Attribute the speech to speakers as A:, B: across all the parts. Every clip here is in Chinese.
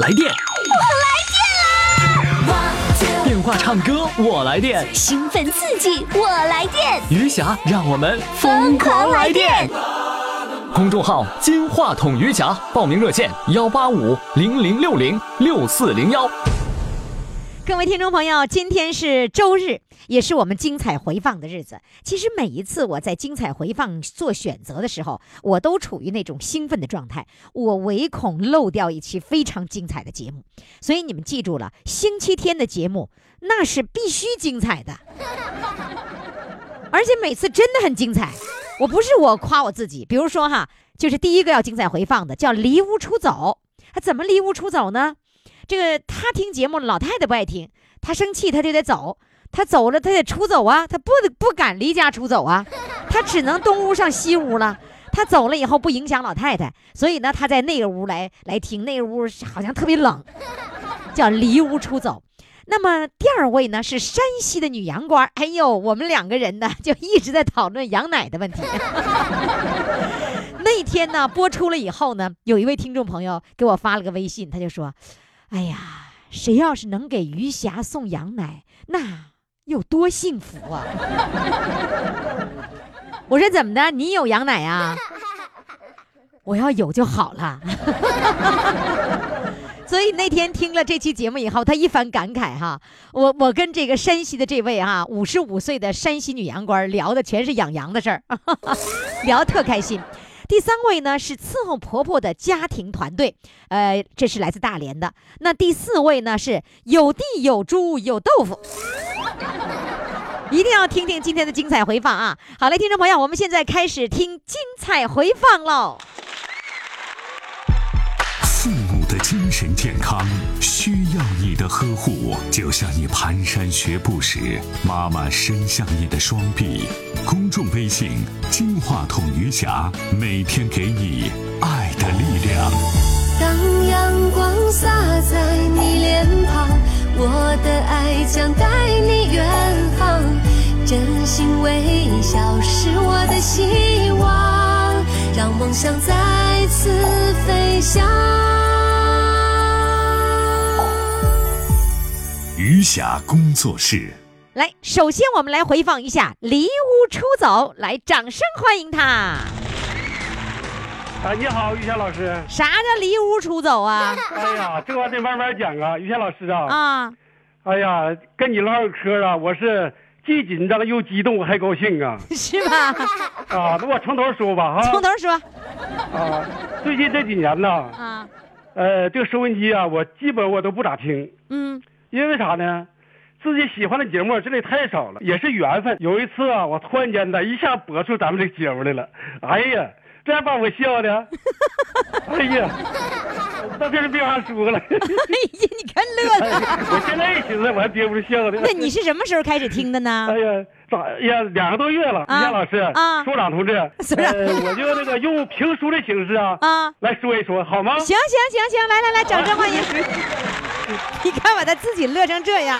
A: 来电，电话唱歌我来电，
B: 兴奋刺激，我来电，
A: 余霞让我们
B: 疯狂来
A: 电
B: 电。
A: 公众号“金话筒余霞”，报名热线：幺八五零零六零六四零幺。
C: 各位听众朋友，今天是周日，也是我们精彩回放的日子。其实每一次我在精彩回放做选择的时候，我都处于那种兴奋的状态，我唯恐漏掉一期非常精彩的节目。所以你们记住了，星期天的节目那是必须精彩的，而且每次真的很精彩。我不是我夸我自己，比如说哈，就是第一个要精彩回放的叫《离屋出走》，他怎么离屋出走呢？这个他听节目，老太太不爱听，他生气他就得走，他走了他得出走啊，他不不敢离家出走啊，他只能东屋上西屋了。他走了以后不影响老太太，所以呢，他在那个屋来来听，那个屋好像特别冷，叫离屋出走。那么第二位呢是山西的女羊倌，哎呦，我们两个人呢就一直在讨论羊奶的问题。那天呢播出了以后呢，有一位听众朋友给我发了个微信，他就说：“哎呀，谁要是能给余霞送羊奶，那有多幸福啊！ 我说怎么的？你有羊奶啊？我要有就好了。 所以那天听了这期节目以后，他一番感慨哈，我我跟这个山西的这位哈五十五岁的山西女羊倌儿聊的全是养羊的事儿， 聊得特开心。第三位呢是伺候婆婆的家庭团队，呃，这是来自大连的。那第四位呢是有地有猪有豆腐，一定要听听今天的精彩回放啊！好嘞，听众朋友，我们现在开始听精彩回放喽。
D: 父母的精神健康需要你的呵护，就像你蹒跚学步时，妈妈伸向你的双臂。公众微信“金话筒余霞”，每天给你爱的力量。
E: 当阳光洒在你脸庞，我的爱将带你远航。真心微笑是我的希望，让梦想再次飞翔。
D: 余霞工作室。
C: 来，首先我们来回放一下《离屋出走》，来，掌声欢迎他。
F: 啊，你好，于霞老师。
C: 啥叫离屋出走啊？
F: 哎呀，这玩意儿得慢慢讲啊，于霞老师啊。
C: 啊，
F: 哎呀，跟你唠会儿嗑啊，我是既紧张又激动，我还高兴啊。
C: 是吧？
F: 啊，那我从头说吧
C: 从头
F: 哈。
C: 说
F: 啊，最近这几年呐，
C: 啊，
F: 呃，这个收音机啊，我基本我都不咋听，
C: 嗯，
F: 因为啥呢？自己喜欢的节目真的太少了，也是缘分。有一次啊，我突然间的一下播出咱们这个节目来了，哎呀，这还把我笑的，哎呀，到这就别往下说了。 哎
C: 哎呀，你看乐的。
F: 我现在也寻思，我还憋不住笑呢。
C: 那你是什么时候开始听的呢
F: 哎？呀，咋哎呀？两个多月了，于
C: 啊
F: 霞老师，
C: 啊
F: 所长 同志，
C: 所长
F: 呃，我就那个用评书的形式啊，
C: 啊，
F: 来说一说，好吗？
C: 行行行行，来来来，掌声欢迎！ 你看把他自己乐成这样，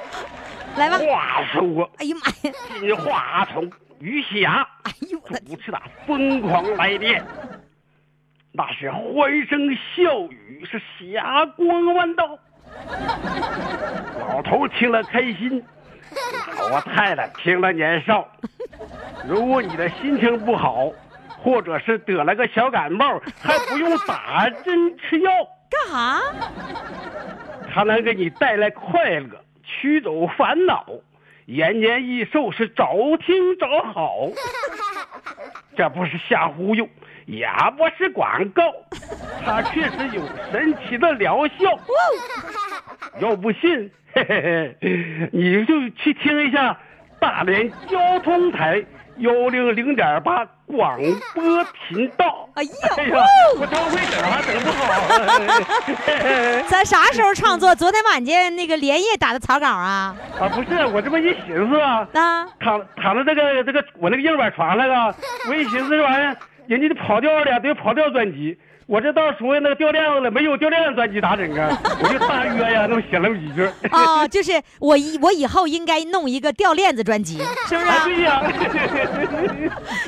C: 来吧！
F: 话说，
C: 哎呀妈呀！
F: 金话筒于霞
C: 哎呦我的
F: 主持的疯狂来电，那是欢声笑语，是霞光万道。老头听了开心，老太太听了年少。如果你的心情不好，或者是得了个小感冒，还不用打针吃药，
C: 干哈？
F: 它能给你带来快乐，驱走烦恼，延年益寿是早听早好。这不是瞎忽悠，也不是广告，它确实有神奇的疗效。要不信， 嘿嘿嘿，你就去听一下大连交通台幺零零点八广播频道。
C: 哎呀
F: 哎呀，我张会整还整不好。 嘿嘿嘿
C: 咱啥时候创作？昨天晚间那个连夜打的草稿啊？
F: 啊，不是，我这不一寻思啊，
C: 啊，
F: 躺躺在这个 这个我那个硬板床那个，我一寻思这玩意儿，人家就跑调了，得跑调专辑，我这到属于那个掉链子了，没有掉链子专辑咋整啊？我就大约呀，能写那么几 句。
C: 哦，就是我以我以后应该弄一个掉链子专辑，是不是、
F: 啊，
C: 啊？
F: 对嗯呀、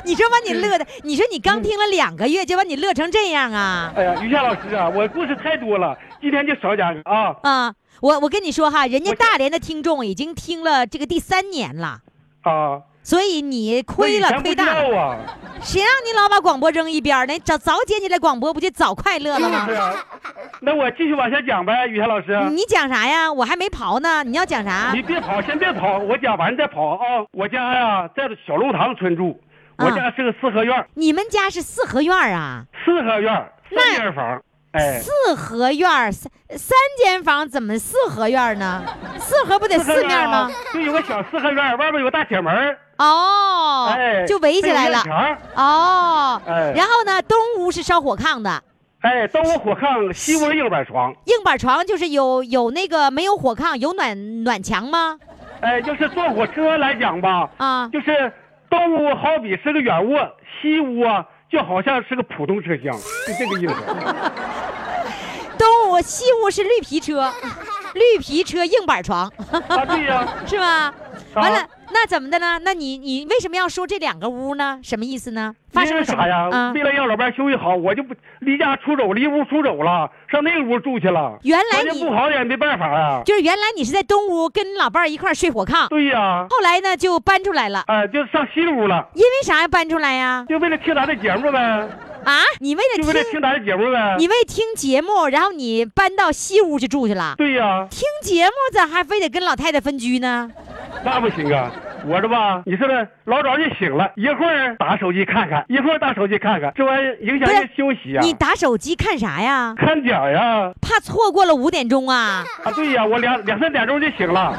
C: 你说把你乐的，你说你刚听了两个月就把你乐成这样啊
F: 哎呀，于夏老师啊，我故事太多了，今天就少讲啊。
C: 啊！我我跟你说哈，人家
F: 我
C: 大连的听众已经听了这个第三年了，
F: 啊，
C: 所以你
F: 我
C: 亏
F: 以
C: 了，
F: 前
C: 亏
F: 不知
C: 大了。
F: 道啊，
C: 谁让你老把广播扔一边儿呢？早早捡起来广播不就早快乐了吗
F: 是？啊。那我继续往下讲呗，于夏老师。
C: 你讲啥呀？我还没刨呢，你要讲啥
F: 啊你？别跑，先别跑，我讲完再跑啊！我家呀、在小龙塘村住，
C: 啊
F: 我家是个四合院儿，
C: 你们家是四合院儿啊？
F: 四合院儿
C: 那
F: 三间房，哎，
C: 四合院儿三三间房怎么四合院儿呢？四合不得
F: 合
C: 四
F: 院儿
C: 面
F: 啊
C: 吗？？
F: 就有个小四合院儿，外边有个大铁门儿，
C: 哦，
F: 哎，
C: 就围起来
F: 还有
C: 了
F: 院。墙儿，啊
C: 哦，
F: 哎
C: 然后呢，东屋是烧火炕的，
F: 哎，东屋火炕，西屋硬板床，
C: 硬板床就是有有那个没有火炕有暖暖墙吗？
F: 哎，就是坐火车来讲吧，
C: 啊
F: 就是东屋好比是个软卧，西屋啊就好像是个普通车厢，就这个意思。
C: 东屋西屋是绿皮车，绿皮车硬板床
F: 啊，对呀、
C: 是吧？完了，那怎么的呢？那你你为什么要说这两个屋呢？什么意思呢？发
F: 因
C: 生
F: 为
C: 了什么
F: 啥呀？
C: 啊
F: 为？了让老伴儿休息好，我就不离家出走，离屋出走了，上那个屋住去了。
C: 原来
F: 条件
C: 你
F: 不好也没办法啊。
C: 就是原来你是在东屋跟老伴儿一块儿睡火炕，
F: 对呀、
C: 后来呢就搬出来了，
F: 哎、就上西屋了，
C: 因为啥呀搬出来呀？
F: 就为了听咱的节目呗，
C: 啊，你为
F: 就
C: 了
F: 为了
C: 听
F: 听咱的节目呗。
C: 你为听节目，然后你搬到西屋去住去了。
F: 对呀、
C: 听节目咋还非得跟老太太分居呢？
F: 那不行啊！我这吧，你说的老早就醒了，一会儿打手机看看，一会儿打手机看看，这玩意儿影响
C: 不是
F: 人休息呀、啊
C: 你打手机看啥呀？
F: 看点儿呀！
C: 怕错过了五点钟啊，
F: 啊，对呀、我两两三点钟就醒了。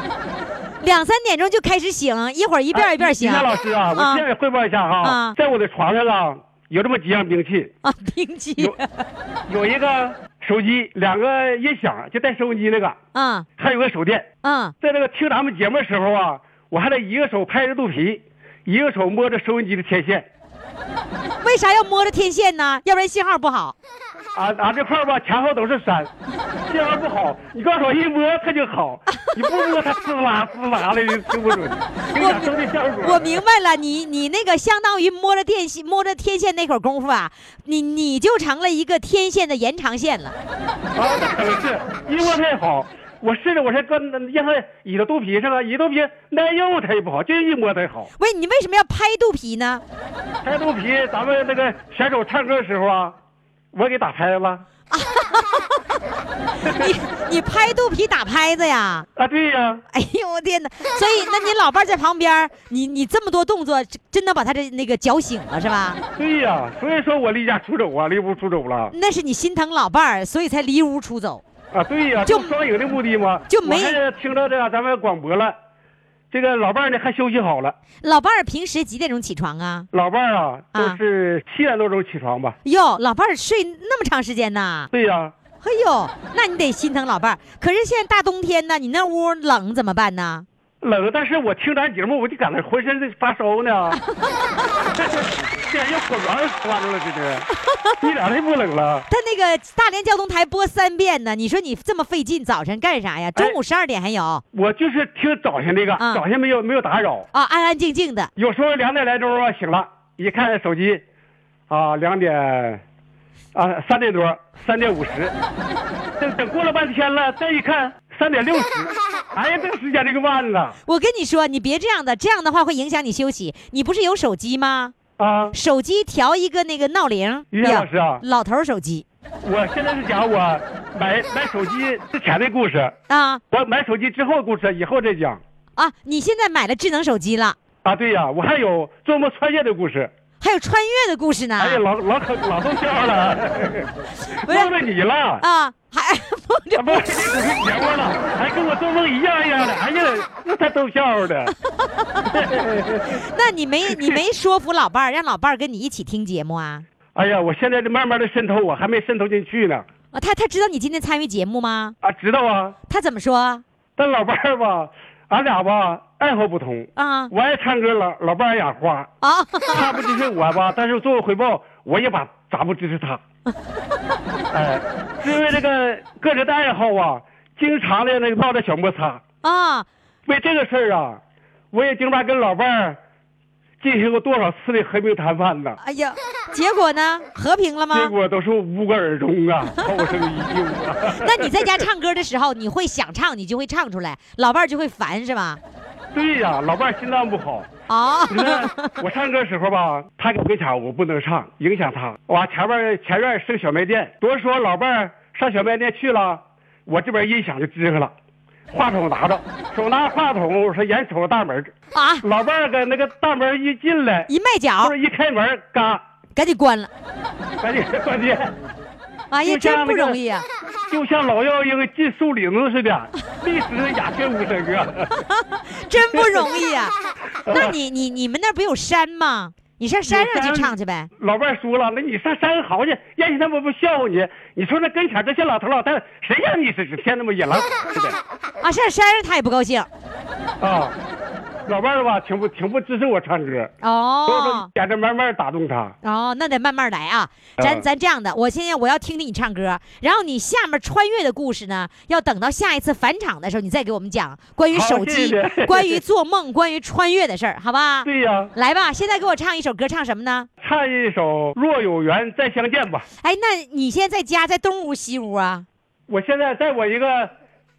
C: 两三点钟就开始醒，一会儿一遍
F: 哎
C: 一遍
F: 于
C: 醒。
F: 谦老师啊，我建议汇报一下哈，
C: 啊
F: 在我的床上啊，有这么几样兵器，
C: 啊，冰机
F: 有有一个手机，两个音响，就带收音机那个，
C: 啊
F: 还有个手电。
C: 啊，
F: 在这个听咱们节目的时候啊，我还得一个手拍着肚皮，一个手摸着收音机的天线。
C: 为啥要摸着天线呢？要不然信号不好。
F: 俺俺啊这块儿吧，前后都是山，信号不好。你告诉我一摸它就好，你不摸它滋啦滋啦的，就听不准，给你整的效果。
C: 我明白了，你你那个相当于摸着电线摸着天线那会儿功夫啊，你你就成了一个天线的延长线了。
F: 啊，那可能是一摸它也好。我试着，我是跟让它倚到肚皮上了，倚肚皮耐用它也不好，就一摸它也好。
C: 喂，你为什么要拍肚皮呢？
F: 拍肚皮，咱们那个选手唱歌的时候啊，我给打拍了。
C: 你你拍肚皮打拍子呀？
F: 啊，对呀、
C: 哎呦我天哪！所以那你老伴儿在旁边儿，你你这么多动作，真真的把他这那个搅醒了是吧？
F: 对呀、所以说我离家出走啊，离屋出走了。
C: 那是你心疼老伴儿，所以才离屋出走。
F: 啊，对呀、
C: 就
F: 就双赢的目的嘛。
C: 就没
F: 我还是听到这个咱们广播了，这个老伴儿呢还休息好了，
C: 老伴儿平时几点钟起床啊？
F: 老伴儿啊
C: 啊
F: 都是七点多钟起床吧。
C: 哟，老伴儿睡那么长时间呢？
F: 对呀、
C: 哎呦，那你得心疼老伴儿。可是现在大冬天呢，你那屋冷怎么办呢？
F: 冷，但是我听咱节目我就感觉浑身这发烧呢。这人火苗儿发着了，这是，一点都不冷了。
C: 他那个大连交通台播三遍呢，你说你这么费劲，早晨干啥
F: 哎
C: 呀？中午十二点还有啊，
F: 我就是听早上这个，
C: 啊
F: 早上没有没有打扰，
C: 安安静静的。
F: 有时候两点来钟啊醒了，一看手机，啊两点，啊三点多，三点五十，等等过了半天了，再一看三点六十，哎呀，这个时间这个慢了
C: 我跟你说，你别这样的，这样的话会影响你休息。你不是有手机吗？
F: 啊！
C: 手机调一个那个闹铃。
F: 于谦老师啊
C: 老头儿手机
F: 我现在是讲我买买手机之前的故事，
C: 啊
F: 我买手机之后的故事，以后再讲。
C: 啊！你现在买了智能手机了，
F: 啊，对呀、我还有做梦穿越的故事，
C: 还有穿越的故事呢。
F: 哎呀，老老可老逗笑了，
C: 不是
F: 梦着你了。
C: 啊，还 梦
F: 啊
C: 着
F: 不是这主持节目了，还跟我做梦一样一样的，哎呀，那才逗笑的。
C: 那你 没你没说服老伴儿，让老伴儿跟你一起听节目啊？
F: 哎呀，我现在这慢慢的渗透，我还没渗透进去呢。
C: 啊，他他知道你今天参与节目吗？
F: 啊，知道啊，
C: 他怎么说
F: 但老伴儿吧，俺俩吧爱好不同。
C: 啊？
F: 我爱唱歌，老老伴儿爱养花，
C: 啊，
F: 他不支持我吧，但是作为回报，我也把咋不支持他。哎，因为这个个人的爱好啊，经常的那个闹点小摩擦。
C: 啊、
F: 为这个事儿啊，我也经常跟老伴儿进行过多少次的和平谈判呢？
C: 哎呀，结果呢？和平了
F: 结
C: 吗？
F: 果都是无疾而终啊， 后生依旧啊。
C: 那你在家唱歌的时候，你会想唱，你就会唱出来，老伴儿就会烦是吧？
F: 对呀、老伴儿心脏不好。
C: 哦，
F: 你看我唱歌时候吧，他搁跟前我不能唱，影响他。哇，前面儿前院儿是个小卖店，多说老伴儿上小卖店去了，我这边音响就支开了，话筒拿着，手拿话筒，我说眼瞅着大门儿，
C: 啊，
F: 老伴儿搁那个大门儿一进来，
C: 一迈脚
F: 或者一开门儿，嘎，
C: 赶紧关了。
F: 赶紧关机。
C: 哎呀，
F: 就这
C: 真
F: 样
C: 不
F: 那个
C: 容易啊！
F: 就像老妖精进树林子似的，立时鸦雀无声啊！
C: 真不容易啊！那你你你们那儿不有山吗？你上山上去唱去呗。
F: 老伴儿说了，那你上山嚎去，让人他们不笑话你。你说那跟前这些老头老太太，谁让你是天那么野狼似 的
C: 啊，上山上他也不高兴。
F: 啊？老伴儿吧，挺不挺不支持我唱歌，所以说
C: 哦
F: 演着慢慢打动他。
C: 哦，那得慢慢来啊。咱
F: 嗯
C: 咱这样的，我现在我要听听你唱歌，然后你下面穿越的故事呢，要等到下一次返场的时候，你再给我们讲关于
F: 好
C: 手
F: 谢
C: 机、
F: 谢
C: 关于做梦、关于穿越的事儿，好吧？
F: 对呀、
C: 来吧，现在给我唱一首歌，唱什么呢？
F: 唱一首《若有缘再相见》吧。
C: 哎，那你现在在家，在东屋西屋啊？
F: 我现在在我一个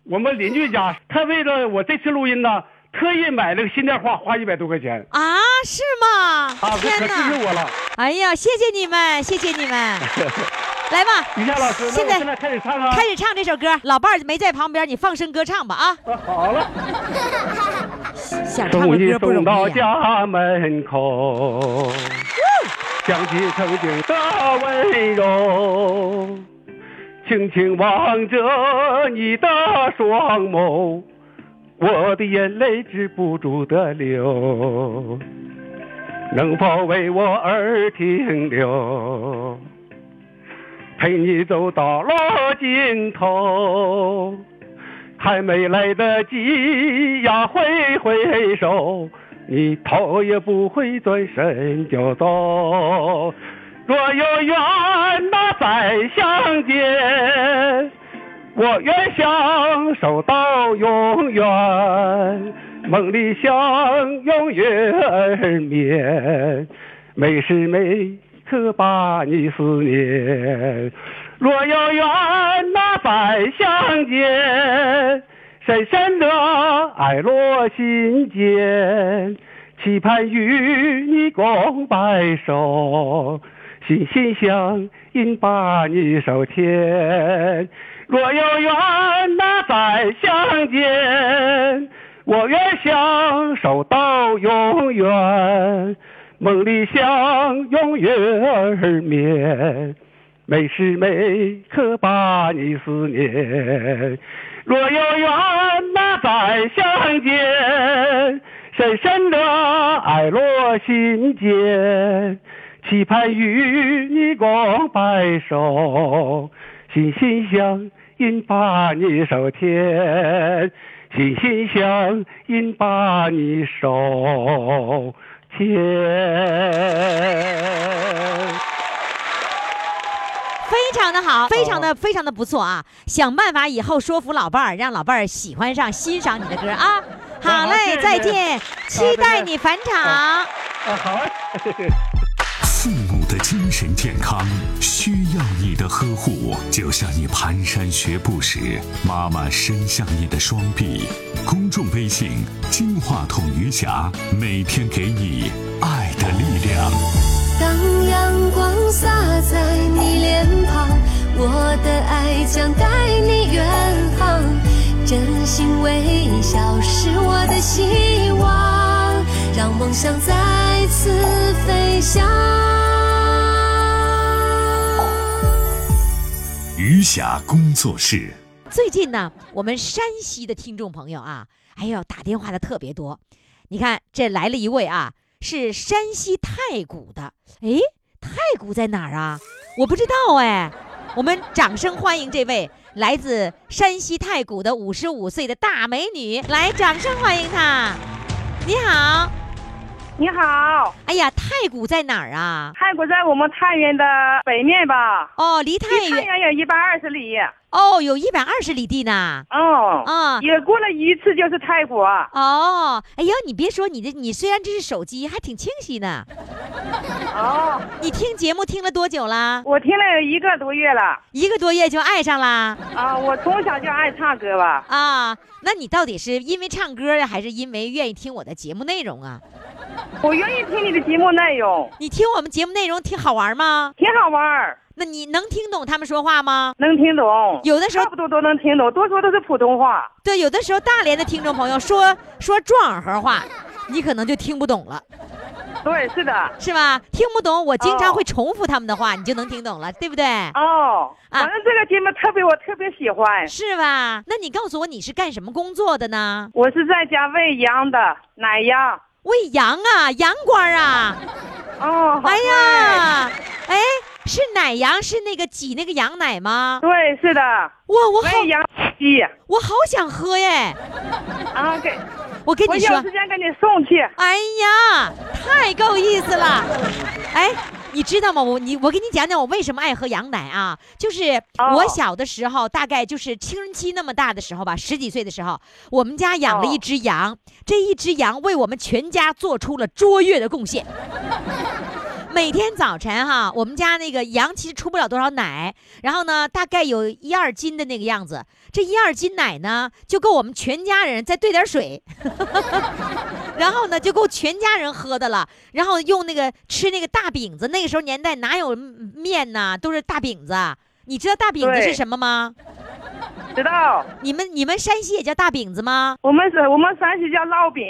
F: 我们邻居家，他为了我这次录音呢，特意买了个新电话，花一百多块钱
C: 啊，是吗？
F: 啊，可
C: 天
F: 可
C: 哪！
F: 支持我了。
C: 哎呀，谢谢你们，谢谢你 们，来吧，
F: 于谦老师，那
C: 现
F: 我
C: 在
F: 现在开始唱啊。
C: 开始唱这首歌。老伴儿没在旁边，你放声歌唱吧啊！
F: 啊好了。
C: 想唱
F: 终
C: 个
F: 于
C: 歌不容
F: 送到
C: 易、啊。
F: 家门口，想起曾经的温柔，轻轻望着你的双眸，我的眼泪止不住的流，能否为我而停留？陪你走到了尽头。还没来得及呀挥挥手，你头也不回转身就走。若有缘那再相见，我愿相守到永远，梦里相拥月儿眠，每时每刻把你思念。若有缘那再相见，深深的爱落心间，期盼与你共白首，心心相印把你手牵。若有缘那再相见，我愿相守到永远，梦里相拥月儿眠。每时每刻把你思念。若有缘那再相见，深深的爱落心间，期盼与你共白首，心心相印把你手牵，心心相印把你手牵。
C: 非常的
F: 哦
C: 好，非常的非常的不错啊！想办法以后说服老伴儿，让老伴儿喜欢上、欣赏你的歌啊！好嘞，
F: 好
C: 再
F: 谢谢
C: 见，
F: 好
C: 期待
F: 再见
C: 你返场。
F: 啊，好啊。
D: 父母的精神健康需要你的呵护，就像你蹒跚学步时，妈妈伸向你的双臂。公众微信“金话筒余霞”，每天给你爱的力量。
E: 当阳光洒在你脸庞，我的爱将带你远航。真心微笑是我的希望，让梦想再次飞翔。
D: 余霞工作室。
C: 最近呢，我们山西的听众朋友啊，哎呦，打电话的特别多。你看，这来了一位啊，是山西太谷的。哎，太谷在哪儿啊？我不知道哎。我们掌声欢迎这位来自山西太谷的五十五岁的大美女，来，掌声欢迎她。你好，
G: 你好，
C: 哎呀，太谷在哪儿啊？
G: 泰国在我们太原的北面吧？
C: 哦，离太
G: 离太
C: 原
G: 原有一百二十里。
C: 哦，有一百二十里地呢。
G: 嗯
C: 啊
G: 也过了一次就是泰国。
C: 哦，哎呀，你别说，你这你虽然这是手机，还挺清晰呢。
G: 哦，
C: 你听节目听了多久啦？
G: 我听了一个多月了
C: 一个多月就爱上啦？
G: 啊！我从小就爱唱歌吧，
C: 啊，那你到底是因为唱歌呀，还是因为愿意听我的节目内容啊？
G: 我愿意听你的节目内容，
C: 你听我们节目内容挺好玩吗？
G: 挺好玩儿，
C: 那你能听懂他们说话吗？
G: 能听懂，
C: 有的时候
G: 差不多都能听懂，多数都是普通话。
C: 对，有的时候大连的听众朋友说说壮河话，你可能就听不懂了，
G: 对，是的。
C: 是吧？听不懂，我经常
G: 哦
C: 会重复他们的话，你就能听懂了，对不对？
G: 哦，
C: 啊
G: 反正这个节目特别，我特别喜欢。
C: 是吧？那你告诉我你是干什么工作的呢？
G: 我是在家喂羊的奶羊。
C: 喂羊啊，羊倌啊！
G: 哦，
C: 哎呀，哎，是奶羊，是那个挤那个羊奶吗？
G: 对，是的，
C: 哇，我好，
G: 喂羊鸡
C: 我好想喝耶！
G: 啊，给
C: 我跟
G: 我
C: 你
G: 有
C: 说
G: 时，间给你送去。
C: 哎呀，太够意思了！哎，你知道吗？我你我给你讲讲我为什么爱喝羊奶啊？就是
G: 哦
C: 我小的时候，大概就是青春期那么大的时候吧，十几岁的时候，我们家养了一只羊，这一只羊为我们全家做出了卓越的贡献。每天早晨哈、我们家那个羊其实出不了多少奶，然后呢，大概有一二斤的那个样子。这一二斤奶呢，就够我们全家人再兑点水，然后呢，就够全家人喝的了。然后用那个吃那个大饼子，那个时候年代哪有嗯面呐、都是大饼子。啊你知道大饼子
G: 对
C: 是什么吗？
G: 知道，
C: 你们你们山西也叫大饼子吗？
G: 我们是我们山西叫烙饼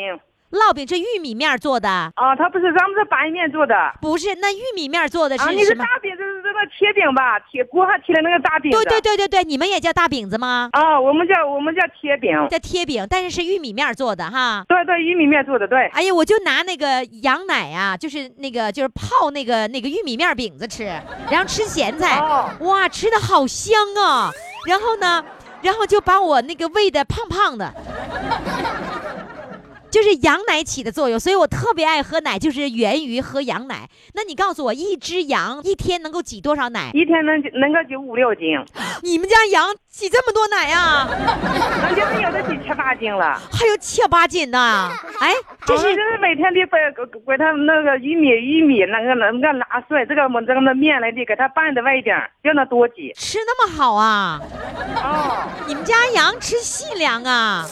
C: 烙饼是玉米面儿做的，
G: 啊，它不是咱们是白面做的啊，
C: 不是那玉米面儿做的是
G: 你啊是
C: 什么？
G: 大饼，就是那个铁饼吧，铁锅上铁的那个大饼子。
C: 对对对对对，你们也叫大饼子吗？
G: 啊，我们叫我们叫铁饼，
C: 叫贴饼，但是是玉米面儿做的哈。
G: 对对，玉米面做的，对。
C: 哎呀，我就拿那个羊奶啊，就是那个就是泡那个那个玉米面饼子吃，然后吃咸菜，
G: 哦
C: 哇，吃的好香啊！然后呢，然后就把我那个喂的胖胖的，就是羊奶起的作用，所以我特别爱喝奶，就是源于喝羊奶。那你告诉我，一只羊一天能够挤多少奶？
G: 一天能能够有五六斤，
C: 你们家羊挤这么多奶啊？
G: 咱家有的几七八斤了。
C: 还有切八斤呢！哎， 这
G: 好像
C: 是
G: 就是每天得把给给他那个玉米玉米那个那个拿碎，这个我们这个那面来的给他拌的外点儿，让它多挤。
C: 吃那么好啊？
G: 哦，
C: 你们家羊吃细粮啊？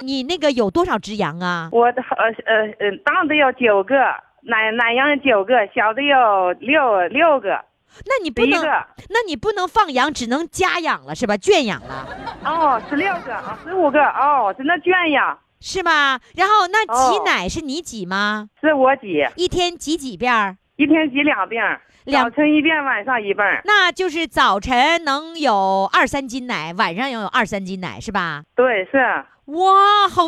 C: 你那个有多少只羊啊？
G: 我的呃呃呃，大的有九个，奶奶羊有九个，小的有六六个，
C: 那你不
G: 十一
C: 能，
G: 个。
C: 那你不能放羊，只能家养了是吧？圈养了
G: 哦，十六个啊，十五个哦，是那圈呀，
C: 是吧？然后那挤
G: 哦
C: 奶是你挤吗？
G: 是我挤，
C: 一天挤几遍儿？
G: 一天挤两遍儿，
C: 两
G: 早晨一遍，晚上一遍儿。
C: 那就是早晨能有二三斤奶，晚上也有二三斤奶是吧？
G: 对，是
C: 哎哇，好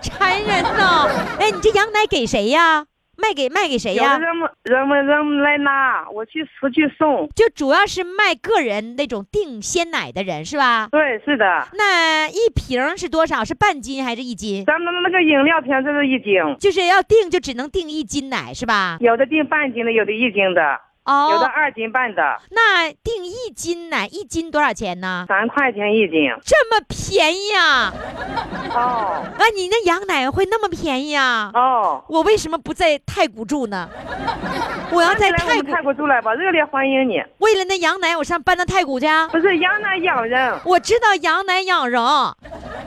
C: 馋人呐！哎，你这羊奶给谁呀？卖给卖给谁
G: 有
C: 呀
G: 的？人们人们人们来拿，我去出去送。
C: 就主要是卖个人那种订鲜奶的人是吧？
G: 对，是的。
C: 那一瓶儿是多少？是半斤还是一斤？
G: 咱们那个饮料瓶这是一斤，
C: 就是要定就只能定一斤奶是吧？
G: 有的订半斤的，有的一斤的，有的
C: 哦，
G: 二斤半的，
C: 那定一斤奶一斤多少钱呢？
G: 三块钱一斤。
C: 这么便宜啊！
G: 哦
C: 啊，你那羊奶会那么便宜啊？
G: 哦，
C: 我为什么不在太谷住呢？我要在
G: 来我
C: 太
G: 们
C: 谷，
G: 泰国出来吧，热烈欢迎你。
C: 为了那羊奶，我上搬到太谷去啊！
G: 不是羊奶养人，
C: 我知道羊奶养人，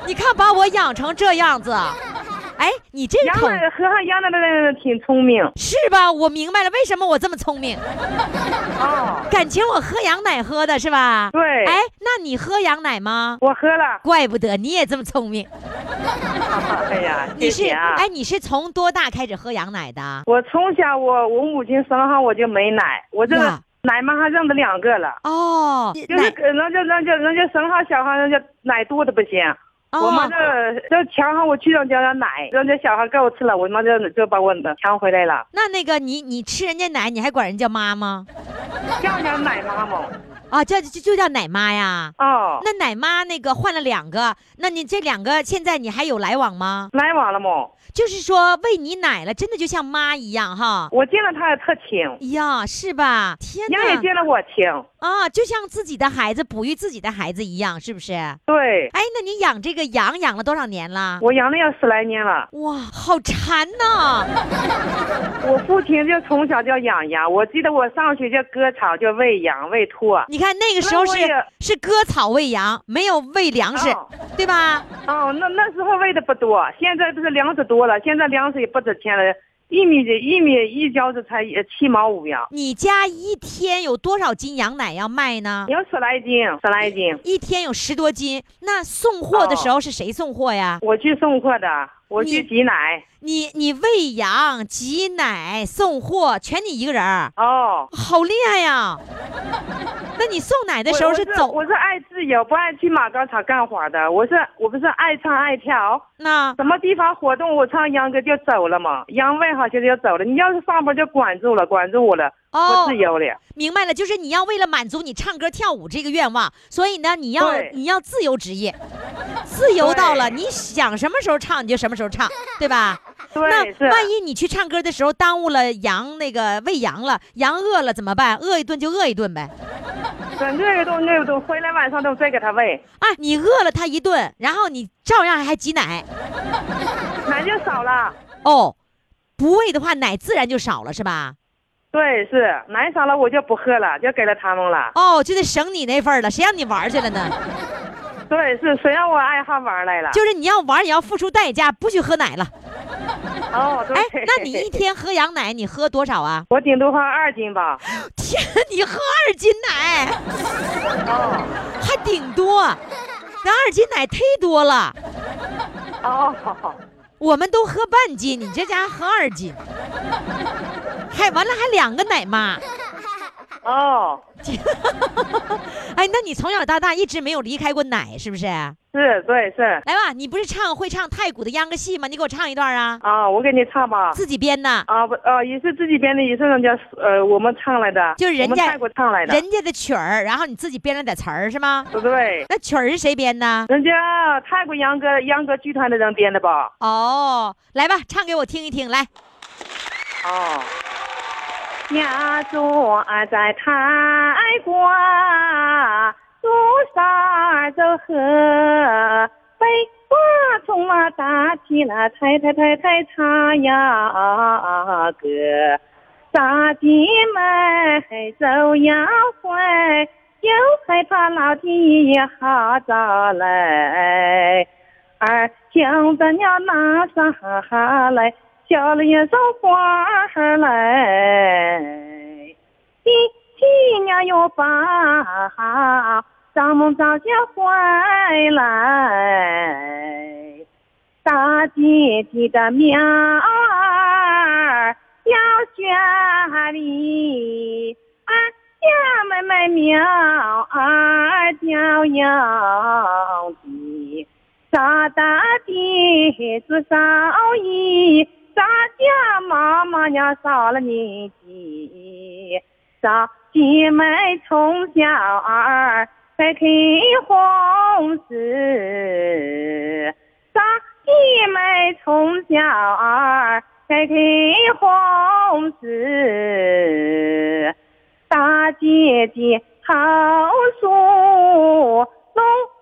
C: 你看把我养成这样子，哎，你这
G: 羊
C: 口
G: 奶喝上羊奶的人挺聪明。
C: 是吧？我明白了，为什么我这么聪明。
G: 哦，
C: 感情我喝羊奶喝的是吧？
G: 对
C: 哎，那你喝羊奶吗？
G: 我喝了。
C: 怪不得你也这么聪明。
G: 哎呀，谢
C: 你是
G: 谢啊。
C: 哎，你是从多大开始喝羊奶的？
G: 我从小我我母亲生上我就没奶，我这
C: 哇
G: 奶妈还扔了两个了。
C: 哦，
G: 就是给人家人家人家生上小孩，人家奶多的不行。我妈
C: 哦
G: 这，这强上我去让家的奶，让这小孩给我吃了，我妈就就把我抢回来了，
C: 那那个你你吃人家奶，你还管人叫妈吗？
G: 叫人家奶妈妈。哦
C: 啊，叫就就叫奶妈呀。
H: 啊，
C: 那奶妈那个换了两个，那你这两个现在你还有来往吗？
H: 来往了吗？
C: 就是说喂你奶了，真的就像妈一样哈。
H: 我见了他也特亲，
C: 呀，是吧？天
H: 人也
C: 哪！
H: 见了我亲。
C: 啊，就像自己的孩子哺育自己的孩子一样，是不是？哎，
H: 对，
C: 那你养这个羊养了多少年了？
H: 我养了要十来年了。
C: 哇，好馋呐！
H: 我父亲就从小就养羊，我记得我上学就割草就喂羊喂兔。啊
C: 你看那个时候
H: 那我
C: 是
H: 也
C: 是割草喂羊，没有喂粮食，
H: 哦
C: 对吧？
H: 哦，那那时候喂的不多，现在不是粮食多了，现在粮食也不值钱了，一米的一米一角子才也七毛五呀，
C: 你家一天有多少斤羊奶要卖呢？
H: 有十来斤，十来斤。
C: 一天有十多斤，那送货的时
H: 哦
C: 候是谁送货呀？
H: 我去送货的，我去
C: 你
H: 挤奶。
C: 你你喂羊、挤奶、送货，全你一个人儿，
H: 哦，
C: 好厉害呀！ 那你送奶的时候
H: 我
C: 是
H: 我是
C: 走
H: 我是爱自由，不爱去马钢厂干活的。我是我不是爱唱爱跳，哦
C: 那
H: 什么地方活动我唱秧歌就走了嘛，秧喂好些就走了。你要是上班就管住了，管住我了，
C: 哦
H: 我自由了。
C: 明白了，就是你要为了满足你唱歌跳舞这个愿望，所以呢，你要
H: 对
C: 你要自由职业， 自由到了，你想什么时候唱你就什么时候 唱，对吧？那
H: 对，是。
C: 万一你去唱歌的时候耽误了羊那个喂羊了，羊饿了怎么办？饿一顿就饿一顿呗。
H: 等这个都那个都，回来晚上都再给他喂，
C: 啊，你饿了它一顿，然后你照样还挤奶
H: 奶就少了。
C: 哦，不喂的话奶自然就少了是吧？
H: 对，是奶少了我就不喝了，就给了他们了。
C: 哦，就得省你那份儿了，谁让你玩儿去 了呢？
H: 对，是谁让我爱好玩来了？
C: 就是你要玩儿也要付出代价，不许喝奶了。
H: 哦，对。
C: 哎，那你一天喝羊奶你喝多少啊？
H: 我顶多喝二斤吧。
C: 天，你喝二斤奶，
H: 哦
C: 还顶多，那二斤奶忒多了，
H: 哦，
C: 我们都喝半斤，你这家喝二斤，还完了还两个奶妈，
H: 哦，
C: 哎，那你从小到大一直没有离开过奶是不是？来
H: 是，对，是。
C: 吧，你不是唱会唱太古的秧歌戏吗？你给我唱一段啊，
H: 啊，我给你唱吧。
C: 自己编的，
H: 啊不啊，也是自己编的，也是人家呃我们唱来的，
C: 就是人
H: 我们
C: 家
H: 泰国唱来的，
C: 人家的曲儿，然后你自己编了点词儿是吗？
H: 对，
C: 那曲儿是谁编的？
H: 人家泰国秧歌秧歌剧团的人编的吧？
C: 哦，来吧，唱给我听一听，来。
H: 哦，家住啊在泰国，路上走河，北瓜从我打起了太太太太唱呀歌，咋地没走呀回，又害怕老天爷好早来。儿听咱要拿啥来，叫了一首花儿来。一七年又把咱们早些回来，大姐姐的苗儿要选里，俺家妹妹苗儿叫秧地。咱大的子少一，咱家妈妈呀少了年纪，咱姐妹从小儿在听红事，咱姐妹从小儿在听红事。大姐姐好树，浓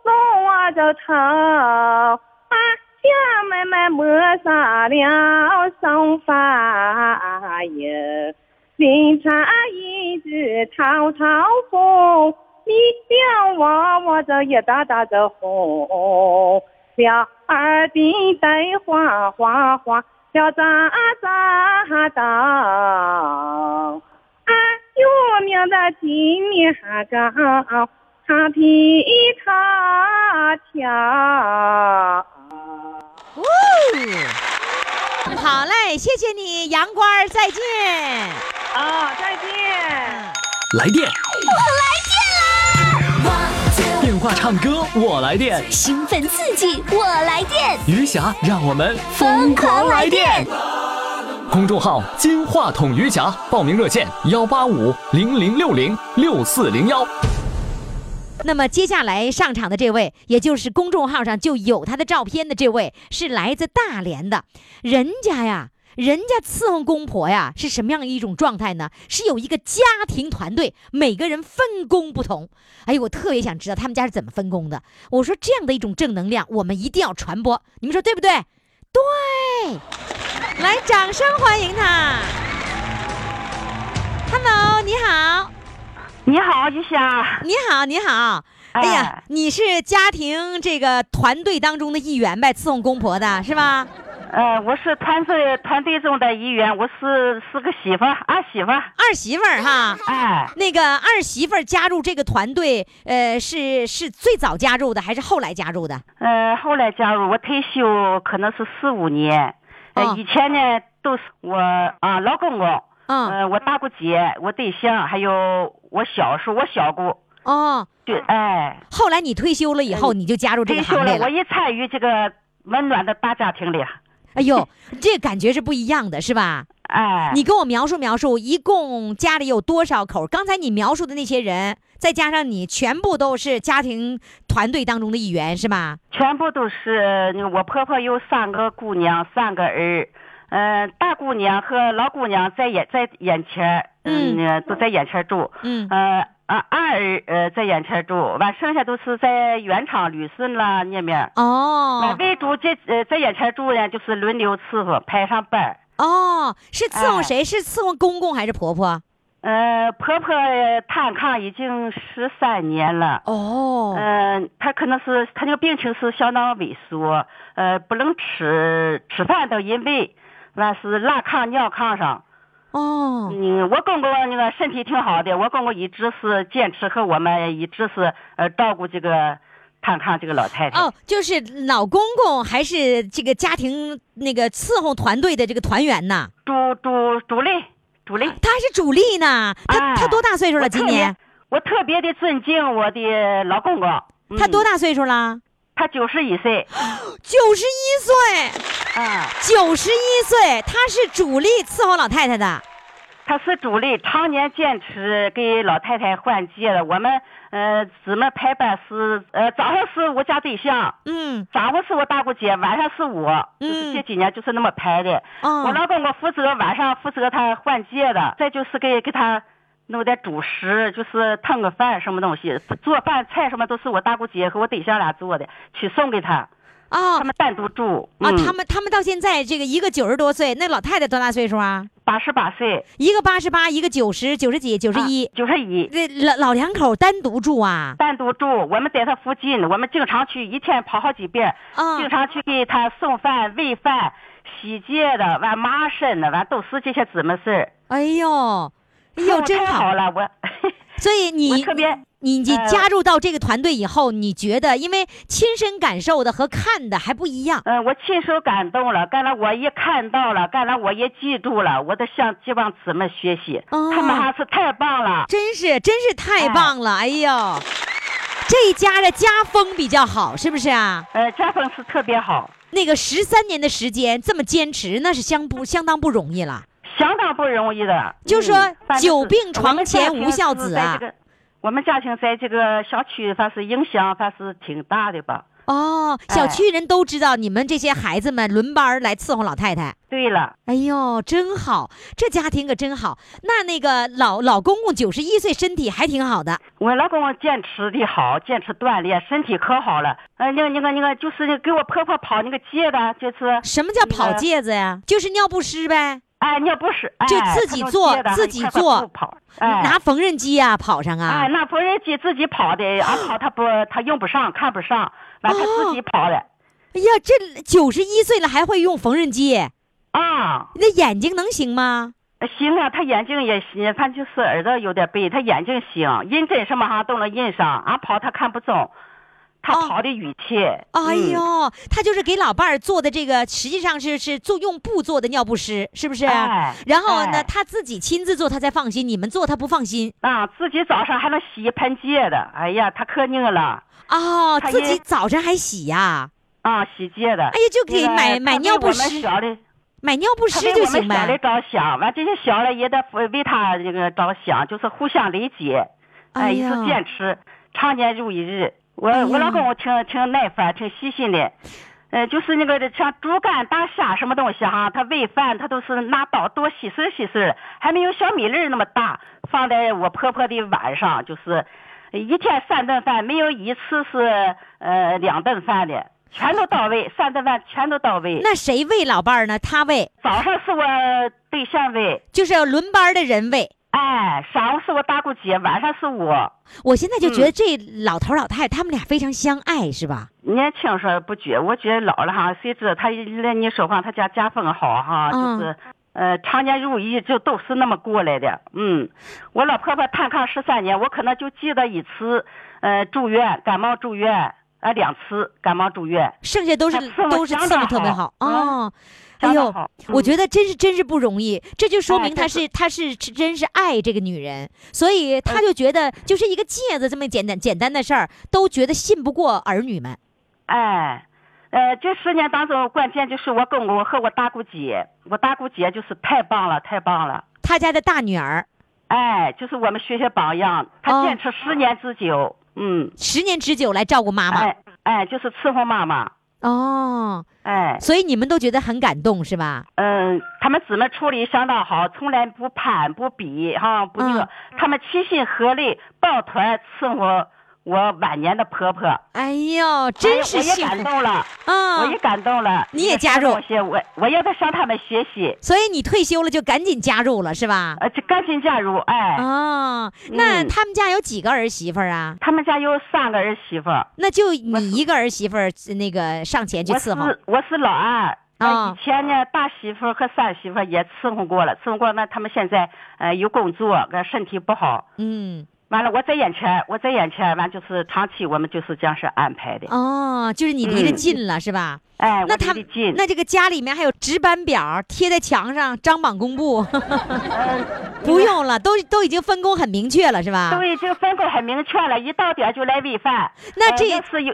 H: 浓啊着头，俺家妹妹抹上了生发油，林茶一直滔滔风，你两娃娃这一大大的红，两耳鬓带花花花，了咋咋当。俺有名的金面高，他比他强。
C: 哦，好嘞，谢谢你，杨官儿，再见。
H: 啊，再见。
A: 来电，电话唱歌我来电，
B: 兴奋刺激，我来电！
A: 余霞让我们
B: 疯狂来电！
A: 公众号“金话筒余霞”，报名热线：幺八五零零六零六四零幺。
C: 那么接下来上场的这位，也就是公众号上就有他的照片的这位，是来自大连的，人家呀。人家伺候公婆呀，是什么样的一种状态呢？是有一个家庭团队，每个人分工不同。哎呦，我特别想知道他们家是怎么分工的。我说这样的一种正能量，我们一定要传播，你们说对不对？对，来，掌声欢迎他。Hello，你好。
I: 你好，吉祥。
C: 你好，你
I: 啊
C: 好。哎呀，你是家庭这个团队当中的一员呗，伺候公婆 的是吧？
I: 呃，我是团队团队中的一员，我是是个媳妇儿，儿媳妇儿。
C: 二媳妇儿哈，
I: 哎，
C: 那个二媳妇儿加入这个团队，呃，是是最早加入的还是后来加入的？
I: 呃，后来加入，我退休可能是四五年。呃，
C: 哦
I: 以前呢都是我啊老公公，
C: 嗯
I: 呃，我大姑姐，我对象，还有我小叔，我小姑。
C: 哦，
I: 对，哎，
C: 后来你退休了以后，你就加入这
I: 呃退
C: 个
I: 休
C: 行列
I: 了，
C: 了。
I: 我一参与这个温暖的大家庭里，
C: 哎呦，这感觉是不一样的，是吧？
I: 哎，
C: 你跟我描述描述，一共家里有多少口？刚才你描述的那些人，再加上你，全部都是家庭团队当中的一员，是吧？
I: 全部都是我婆婆有三个姑娘，三个儿，嗯、大姑娘和老姑娘在眼在眼前，
C: 嗯
I: 呃都在眼前住，
C: 嗯
I: 呃啊二儿呃在眼前住，完剩下都是在原厂旅顺啦那面。
C: 哦
I: 完为主这呃在眼前住呢，就是轮流伺候，排上班儿。
C: 哦，是伺候
I: 哎
C: 谁？是伺候公公还是婆婆？
I: 呃，婆婆瘫炕已经十三年了。
C: 哦，
I: 嗯，他可能是他那个病情是相当萎缩，呃，不能吃吃饭都因为，完是拉炕尿炕上。
C: 哦，
I: 嗯，我公公那个身体挺好的，我公公一直是坚持和我们一直是呃照顾这个瘫炕这个老太太。
C: 哦，就是老公公还是这个家庭那个伺候团队的这个团员呐，
I: 主主主力主力。
C: 他还是主力呢。他、
I: 哎
C: 他多大岁数
I: 我
C: 了？
I: 特
C: 今年
I: 别我特别的尊敬我的老公公。嗯
C: 他多？大岁数啦？
I: 他九十一岁。
C: 九十一岁，
I: 啊，
C: 九十一岁，他是主力伺候老太太的。
I: 他是主力，常年坚持给老太太换届了。我们呃姊妹排班是呃早上是我家对象，
C: 嗯，
I: 早上是我大姑姐，晚上是我，就是
C: 嗯
I: 这几年就是那么排的。
C: 哦
I: 我老公我负责晚上负责他换届的，再就是给给他弄点主食，就是腾个饭什么东西，做饭菜什么都是我大姑姐和我对象俩做的，去送给他。
C: 哦
I: 他们单独住嗯
C: 啊，他
I: 们
C: 们他们到现在这个一个九十多岁，那老太太多大岁数啊？
I: 八十八岁，啊
C: 一个八十八，一个九十九十几，九十一。
I: 九十一。
C: 这老老两口单独住啊？
I: 单独住，我们在他附近，我们经常去，一天跑好几遍，
C: 啊
I: 经常去给他送饭、喂饭、洗洁的，完麻身的，完都是这些姊妹事儿。
C: 哎呦，哎
I: 那
C: 呦，
I: 我
C: 真
I: 太
C: 好
I: 好。 了，我
C: 所以
I: 我
C: 你
I: 特别
C: 你你
I: 呃
C: 加入到这个团队以后，你觉得因为亲身感受的和看的还不一样，
I: 嗯、我亲手感动了，干了我也看到了，干了我也记住了，我得向这帮姊妹学习，
C: 哦
I: 他们还是太棒了。
C: 真是真是太棒了！哎呦，这一家的家风比较好，是不是啊？
I: 呃，家风是特别好，
C: 那个十三年的时间这么坚持，那是相不相当不容易了。
I: 相当不容易的。
C: 就说
I: 嗯反正是
C: 久病床前无孝子啊
I: 我们家庭是在这个我们家庭在这个小区，反是影响反是挺大的吧。
C: 哦，小
I: 哎
C: 区人都知道你们这些孩子们轮班儿来伺候老太太。
I: 对了，
C: 哎呦，真好，这家庭可真好。那那个老老公公九十一岁，身体还挺好的。
I: 我老公坚持的好，坚持锻炼，身体可好了。呃，那个那个那个，就是给我婆婆跑那个街的，就是
C: 什么叫跑
I: 那个
C: 戒指呀？就是尿不湿呗，
I: 哎，尿不湿，哎
C: 就自己做
I: 她弄街的
C: 自己
I: 还快快
C: 做
I: 步跑，哎，
C: 拿缝纫机呀、跑上
I: 哎，
C: 啊。
I: 那缝纫机自己跑的，俺跑她不，她用不上，看不上，完她自己跑的。
C: 哎呀，这九十一岁了还会用缝纫机，
I: 啊，
C: 那眼睛能行吗？
I: 行啊，她眼睛也行，反正就是耳朵有点背，她眼睛行，认真什么哈都能认上，俺跑她看不中，她
C: 哦
I: 跑的语气。
C: 哎
I: 嗯
C: 呦，他就是给老伴儿做的这个，实际上是是做用布做的尿不湿，是不是？啊
I: 哎
C: 然后呢，
I: 哎
C: 他自己亲自做，他才放心。你们做他不放心
I: 啊，自己早上还能洗一盆洁的，哎呀，他可拧了
C: 哦，
I: 他
C: 自
I: 因
C: 己早晨还洗呀、
I: 啊，洗洁的。
C: 哎呀，就给
I: 那个
C: 买
I: 他
C: 买
I: 为
C: 尿不
I: 我们
C: 湿，
I: 小的，
C: 买尿不
I: 他
C: 湿
I: 为
C: 就
I: 我们
C: 行
I: 小
C: 呗。
I: 的着想，完这些小的也得为他这个着想，就是互相理解，
C: 哎
I: 哎，一
C: 呀哎
I: 直坚持，常年如一日。我、我老公挺挺耐烦，挺细心的，呃，就是那个像猪肝、大虾什么东西哈，他喂饭他都是拿刀剁细碎细碎的，还没有小米粒儿那么大，放在我婆婆的碗上，就是一天三顿饭，没有一次是呃两顿饭的，全都到位，三顿饭全都到 位。
C: 那谁喂老伴儿呢？他喂，
I: 早上是我对象喂，
C: 就是要轮班的人喂。
I: 哎，晌午是我大姑姐，晚上是我。
C: 我现在就
I: 嗯
C: 觉得这老头儿老太太他们俩非常相爱，是吧？
I: 年轻时候不觉，我觉得老了哈，谁知道他一来你说话，他家家风好哈，
C: 嗯
I: 就是。呃，常年如一，就都是那么过来的。嗯，我老婆婆瘫炕十三年，我可能就记得一次，呃，住院感冒住院，呃，两次感冒住院。
C: 剩下都是
I: 哎伺候
C: 都是
I: 相
C: 伺
I: 当
C: 候特别好
I: 好
C: 哦。哎
I: 相当
C: 呦
I: 好，
C: 我
I: 嗯
C: 觉得真是真是不容易，这就说
I: 哎
C: 明他
I: 这
C: 是他是是真是爱这个女人，所以
I: 嗯
C: 他就觉得就是一个戒指这么简单简单的事儿，都觉得信不过儿女们。
I: 哎，呃，这十年当中，关键就是我跟我和我大姑姐，我大姑姐就是太棒了，太棒了。
C: 他家的大女儿
I: 哎，就是我们学学榜样，她
C: 哦
I: 坚持十年之久。嗯，
C: 十年之久来照顾妈妈
I: 哎哎，就是伺候妈妈。
C: 哦，
I: 哎，
C: 所以你们都觉得很感动是吧？
I: 嗯，他们姊妹处理相当好，从来不攀不比哈，不那个，
C: 嗯
I: 他们齐心合力抱团伺候我晚年的婆婆，
C: 哎呦，真是
I: 哎呀
C: 幸
I: 我也感
C: 福
I: 动了，
C: 啊
I: 我！也感动了。
C: 你也加
I: 这
C: 入
I: 东西，我我也得向他们学习，
C: 所以你退休了就赶紧加入了是吧？
I: 呃，就赶紧加入，哎，
C: 哦，那
I: 嗯
C: 他们家有几个儿媳妇儿啊？
I: 他们家有三个儿媳妇儿，
C: 那就你一个儿媳妇儿呃那个上前去
I: 我
C: 伺候
I: 是我是老二。
C: 啊
I: 那以前呢，大媳妇儿和三媳妇儿也伺候过了，伺候过那他们现在呃有工作，呃身体不好，
C: 嗯，
I: 完了，我在眼前，我在眼前，完就是长期我们就是这样是安排的。
C: 哦，就是你离得
I: 嗯
C: 近了、是吧？
I: 哎，
C: 那
I: 我
C: 他
I: 离得近，
C: 那这个家里面还有值班表贴在墙上，张榜公布，
I: 嗯
C: 不用了，都都已经分工很明确了是吧？
I: 对，这个分工很明确了，一到点就来喂饭。
C: 那
I: 呃
C: 这
I: 要是有，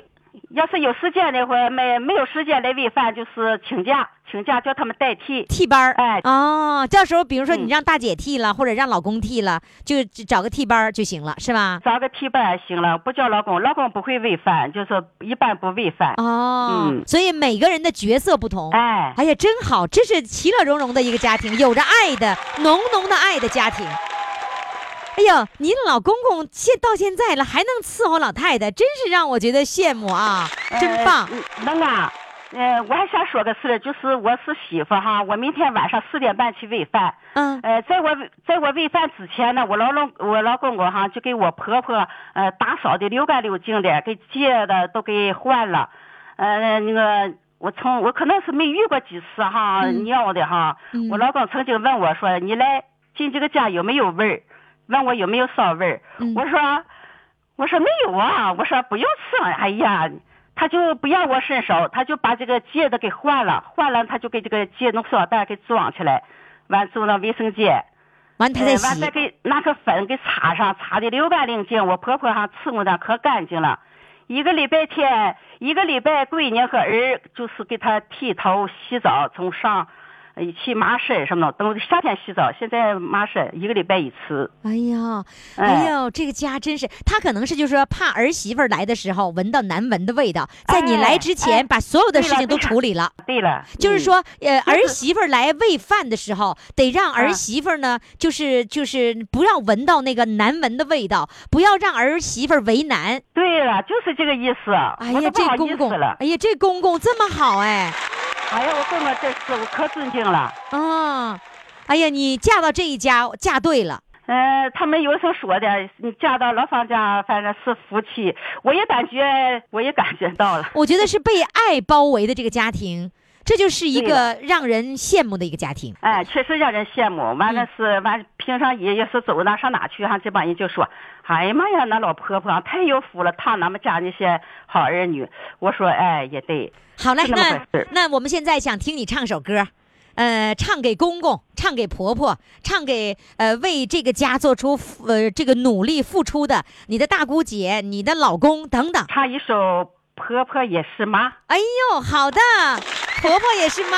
I: 要是有时间的话，没没有时间来喂饭，就是请假，请假叫他们代替。
C: 替班儿，
I: 哎
C: 哦，到时候比如说你
I: 嗯
C: 让大姐替了，或者让老公替了，就只找个替班儿就行了，是吧？
I: 找个替班行了，不叫老公，老公不会喂饭，就是一般不喂饭。
C: 哦，
I: 嗯
C: 所以每个人的角色不同，
I: 哎，
C: 哎呀，真好，这是其乐融融的一个家庭，有着爱的浓浓的爱的家庭。哎呦，您老公公现到现在了还能伺候老太太，真是让我觉得羡慕啊，真棒！
I: 呃能啊。呃，我还想说个事儿，就是我是媳妇哈，我明天晚上四点半去喂饭。
C: 嗯，
I: 呃，在我在我喂饭之前呢，我老公我老公公哈就给我婆婆呃打扫的溜干溜净的，给借的都给换了，呃那个我从我可能是没遇过几次哈、尿的哈，
C: 嗯
I: 我老公曾经问我说你来进这个家有没有味儿，问我有没有骚味儿，
C: 嗯
I: 我说我说没有啊，我说不用吃了，哎呀。他就不让我伸手，他就把这个戒指给换了，换了他就给这个戒弄塑料袋给装起来，完送到卫生间，
C: 完他再
I: 呃
C: 洗，
I: 完再给拿个粉给擦上，擦的溜干净净。我婆婆哈伺候的可干净了，一个礼拜天，一个礼拜闺女和儿就是给她剃头、洗澡，从上呃去麻身什么的，等夏天洗澡，现在麻身一个礼拜一次。
C: 哎呀，
I: 哎
C: 哎呦，这个家真是，他可能是就是说怕儿媳妇儿来的时候闻到难闻的味道，在你来之
I: 哎
C: 前
I: 哎
C: 把所有的事
I: 对了
C: 情都
I: 对了
C: 处理了。
I: 对了，
C: 就是
I: 嗯
C: 说， 呃，
I: 是
C: 儿媳妇儿来喂饭的时候，得让儿
I: 啊
C: 媳妇儿呢，就是就是不要闻到那个难闻的味道，不要让儿媳妇儿为难。
I: 对了，就是这个意思。
C: 哎
I: 我
C: 呀，
I: 都不
C: 这
I: 好意
C: 公公
I: 思了，
C: 哎呀，这公公这么好哎，
I: 哎呀，我公公这次我可尊敬了。
C: 啊，哎呀，你嫁到这一家嫁对了，
I: 呃，他们有所说的，你嫁到老方家，反正是夫妻，我也感觉，我也感觉到了。
C: 我觉得是被爱包围的这个家庭，这就是一
I: 对
C: 个让人羡慕的一个家庭。
I: 哎，确实让人羡慕。完了是完，平常也也是走哪上哪去哈、这帮人就说：“哎呀妈呀，那老婆婆啊太有福了，烫咱们家那些好儿女。”我说：“哎，也对。
C: 好嘞，
I: 是那么
C: 那
I: 回事
C: 那我们现在想听你唱首歌，呃，唱给公公，唱给婆婆，唱给呃为这个家做出付呃这个努力付出的你的大姑姐、你的老公等等”。
I: 唱一首《婆婆也是妈》。
C: 哎呦，好的，婆婆也是妈，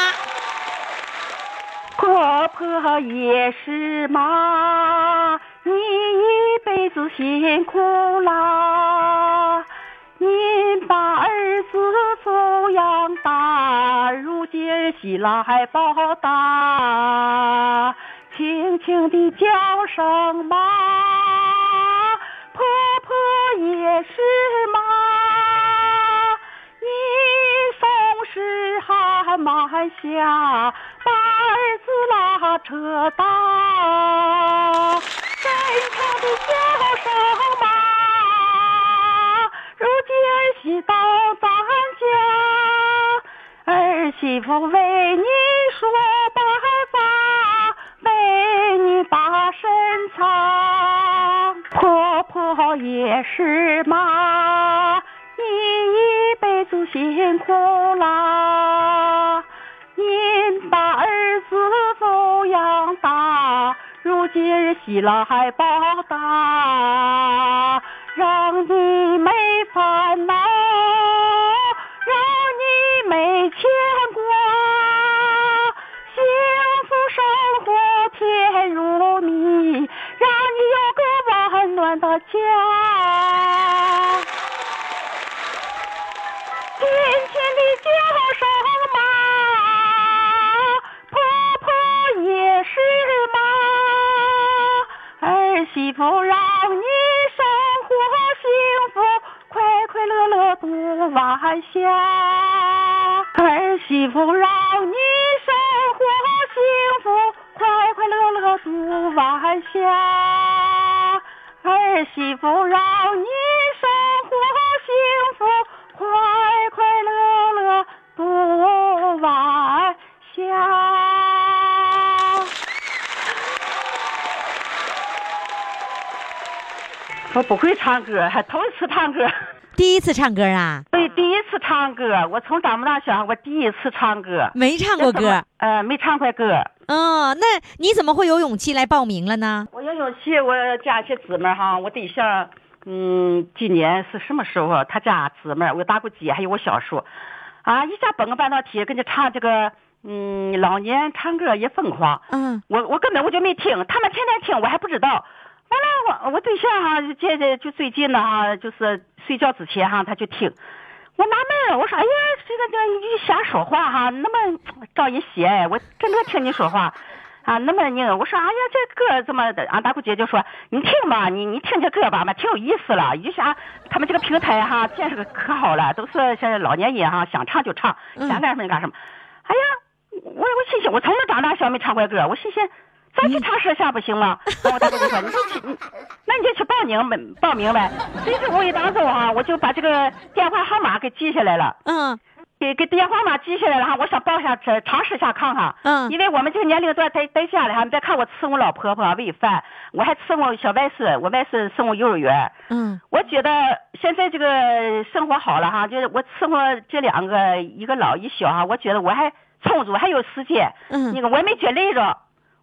I: 婆婆也是妈，你一辈辈子辛苦啦，您把儿子抚养大，如今喜来报答，轻轻地叫声妈，婆婆也是妈，你总是汗满下，把儿子拉扯大。真诚的叫声妈，如今喜到咱家，儿媳妇为你说白发，为你把身藏，婆婆也是妈，你一辈子辛苦啦。您把儿子抚养大，如今喜来报答，让你没烦恼，让你没牵挂，幸福生活甜如蜜，让你有个温暖的家。轻轻的叫声妈，婆婆也是妈，儿媳妇让你生活幸福，快快乐乐度晚霞。儿媳妇让你生活幸福，快快乐乐度晚霞。儿媳妇让你生活幸福，快快乐乐度晚霞。我不会唱歌，还头一次唱歌。
C: 第一次唱歌啊，
I: 对，第一次唱歌，我从长不大想，我第一次唱歌。
C: 没唱过歌，
I: 呃，没唱过歌。
C: 嗯，那你怎么会有勇气来报名了呢？
I: 我有勇气，我家些姊妹儿哈，我对象，嗯，今年是什么时候啊？他家姊妹儿，我大姑姐还有我小叔，啊，一下蹦个半道体，跟着唱这个，嗯，老年唱歌也疯狂。
C: 嗯，
I: 我我根本我就没听，他们天天听，我还不知道。完了，我我对象哈、这这就最近呢哈、就是睡觉之前哈、他就听。我纳闷儿，我说哎呀，这个这个你瞎说话哈、那么招人喜爱，我真的听你说话。啊，那么呢，我说哎呀，这歌怎么的？俺大姑姐就说你听吧，你你听这歌吧嘛，挺有意思了。一下他们这个平台哈、建设的可好了，都是现在老年人哈、想唱就唱，想干什么就干什么。哎呀，我我心想，我从小长大小没唱过歌，我心想。咱去尝试一下不行吗？然后我大姑姐说：“你就去，你那你就去报名呗，报名呗。”随之无意当中啊，我就把这个电话号码给记下来了。
C: 嗯
I: 给给电话嘛记下来了哈，我想报一下这尝试一下看看。
C: 嗯
I: 因为我们这个年龄段在在家里哈，你再看我伺候老婆婆喂饭，我还伺候小外孙，我外孙送我幼儿园。
C: 嗯
I: 我觉得现在这个生活好了哈，就是我伺候这两个一个老一小哈，我觉得我还充足，还有时间。那
C: 嗯
I: 个我也没觉累着，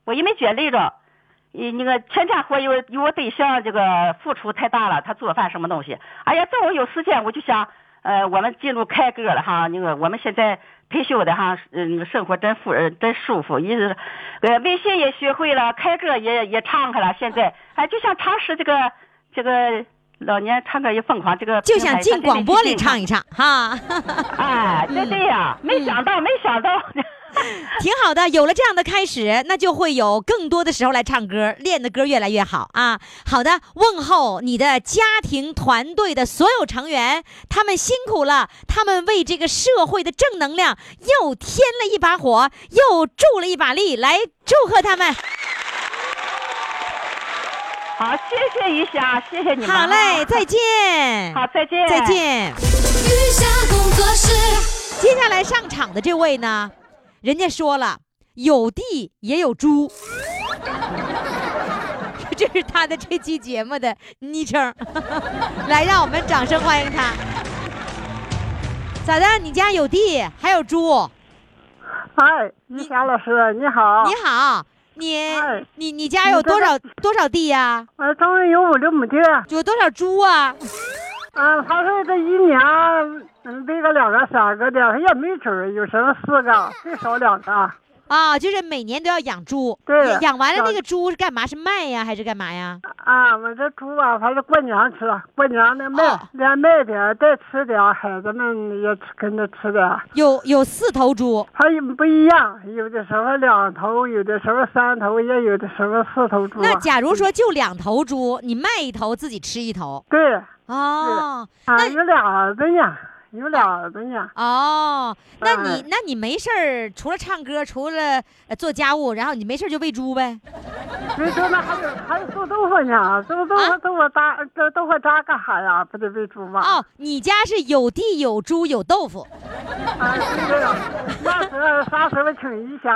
I: 我也没觉累着。呃那个全家活有有我对象这个付出太大了，他做饭什么东西，哎呀，这我有时间我就想，呃，我们进入开歌了哈，那个我们现在退休的哈，嗯，生活真富，呃真舒服，一直，呃，微信也学会了，开歌也也唱开了，现在哎，就想尝试这个这个老年唱歌也疯狂，这个
C: 就
I: 平台
C: 想进
I: 上
C: 广播里唱
I: 这
C: 一嗯唱哈，
I: 个，哎，对对呀、没想
C: 嗯
I: 到，没想到。
C: 挺好的。有了这样的开始，那就会有更多的时候来唱歌，练的歌越来越好啊。好的，问候你的家庭团队的所有成员，他们辛苦了，他们为这个社会的正能量又添了一把火，又助了一把力，来祝贺他们。
I: 好，谢谢于霞，谢谢你们。
C: 好嘞，再见。
I: 好，再见，
C: 再。见。
E: 雨下工作室。
C: 接下来上场的这位呢，人家说了有地也有猪， 这是他的这期节目的昵称。 来，让我们掌声欢迎他。咋的？你家有地还有
J: 啊
C: 猪？
J: 嗨，于霞老师，你好。
C: 你好，你
J: 哎
C: 你你家有多少多少地呀、
J: 呃，当然有五六亩地。
C: 有多少猪啊？
J: 嗯、他说这一年，哎嗯，这个两个、三个的，也没准儿有时候四个，最少两个。
C: 啊，就是每年都要养猪，
J: 对
C: 养养完了
J: 养
C: 那个猪是干嘛？是卖呀，还是干嘛呀？
J: 啊，我这猪吧，反正过年吃，过年的卖
C: 哦，
J: 连卖点儿再吃点儿，孩子们也吃跟着吃点儿。
C: 有有四头猪，
J: 还有不一样，有的时候两头，有的时候三头，也有的时候四头猪啊。
C: 那假如说就两头猪，你卖一头自己吃一头
J: 对
C: 哦
J: 啊，有俩儿子呢，有俩儿子呢。
C: 哦，那你
J: 哎
C: 那你没事儿，除了唱歌，除了呃做家务，然后你没事儿就喂猪呗？
J: 你说那还有还有做豆腐呢，做豆
C: 啊
J: 腐豆腐渣，这豆腐渣干啥呀？不得喂猪吗？
C: 哦，你家是有地有猪有豆腐，
J: 啊，对呀，那时候啥时候请一霞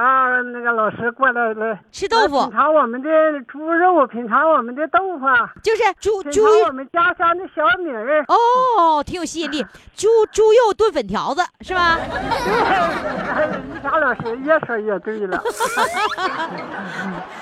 J: 那个老师过来来
C: 吃豆腐
J: 品尝我们的猪肉，品尝我们的豆腐，
C: 就是猪
J: 品
C: 猪
J: 尝我们家乡的小米儿。
C: 哦，挺有吸引力，猪猪肉炖粉条子是吧？
J: 哎一霞老师越说越对了。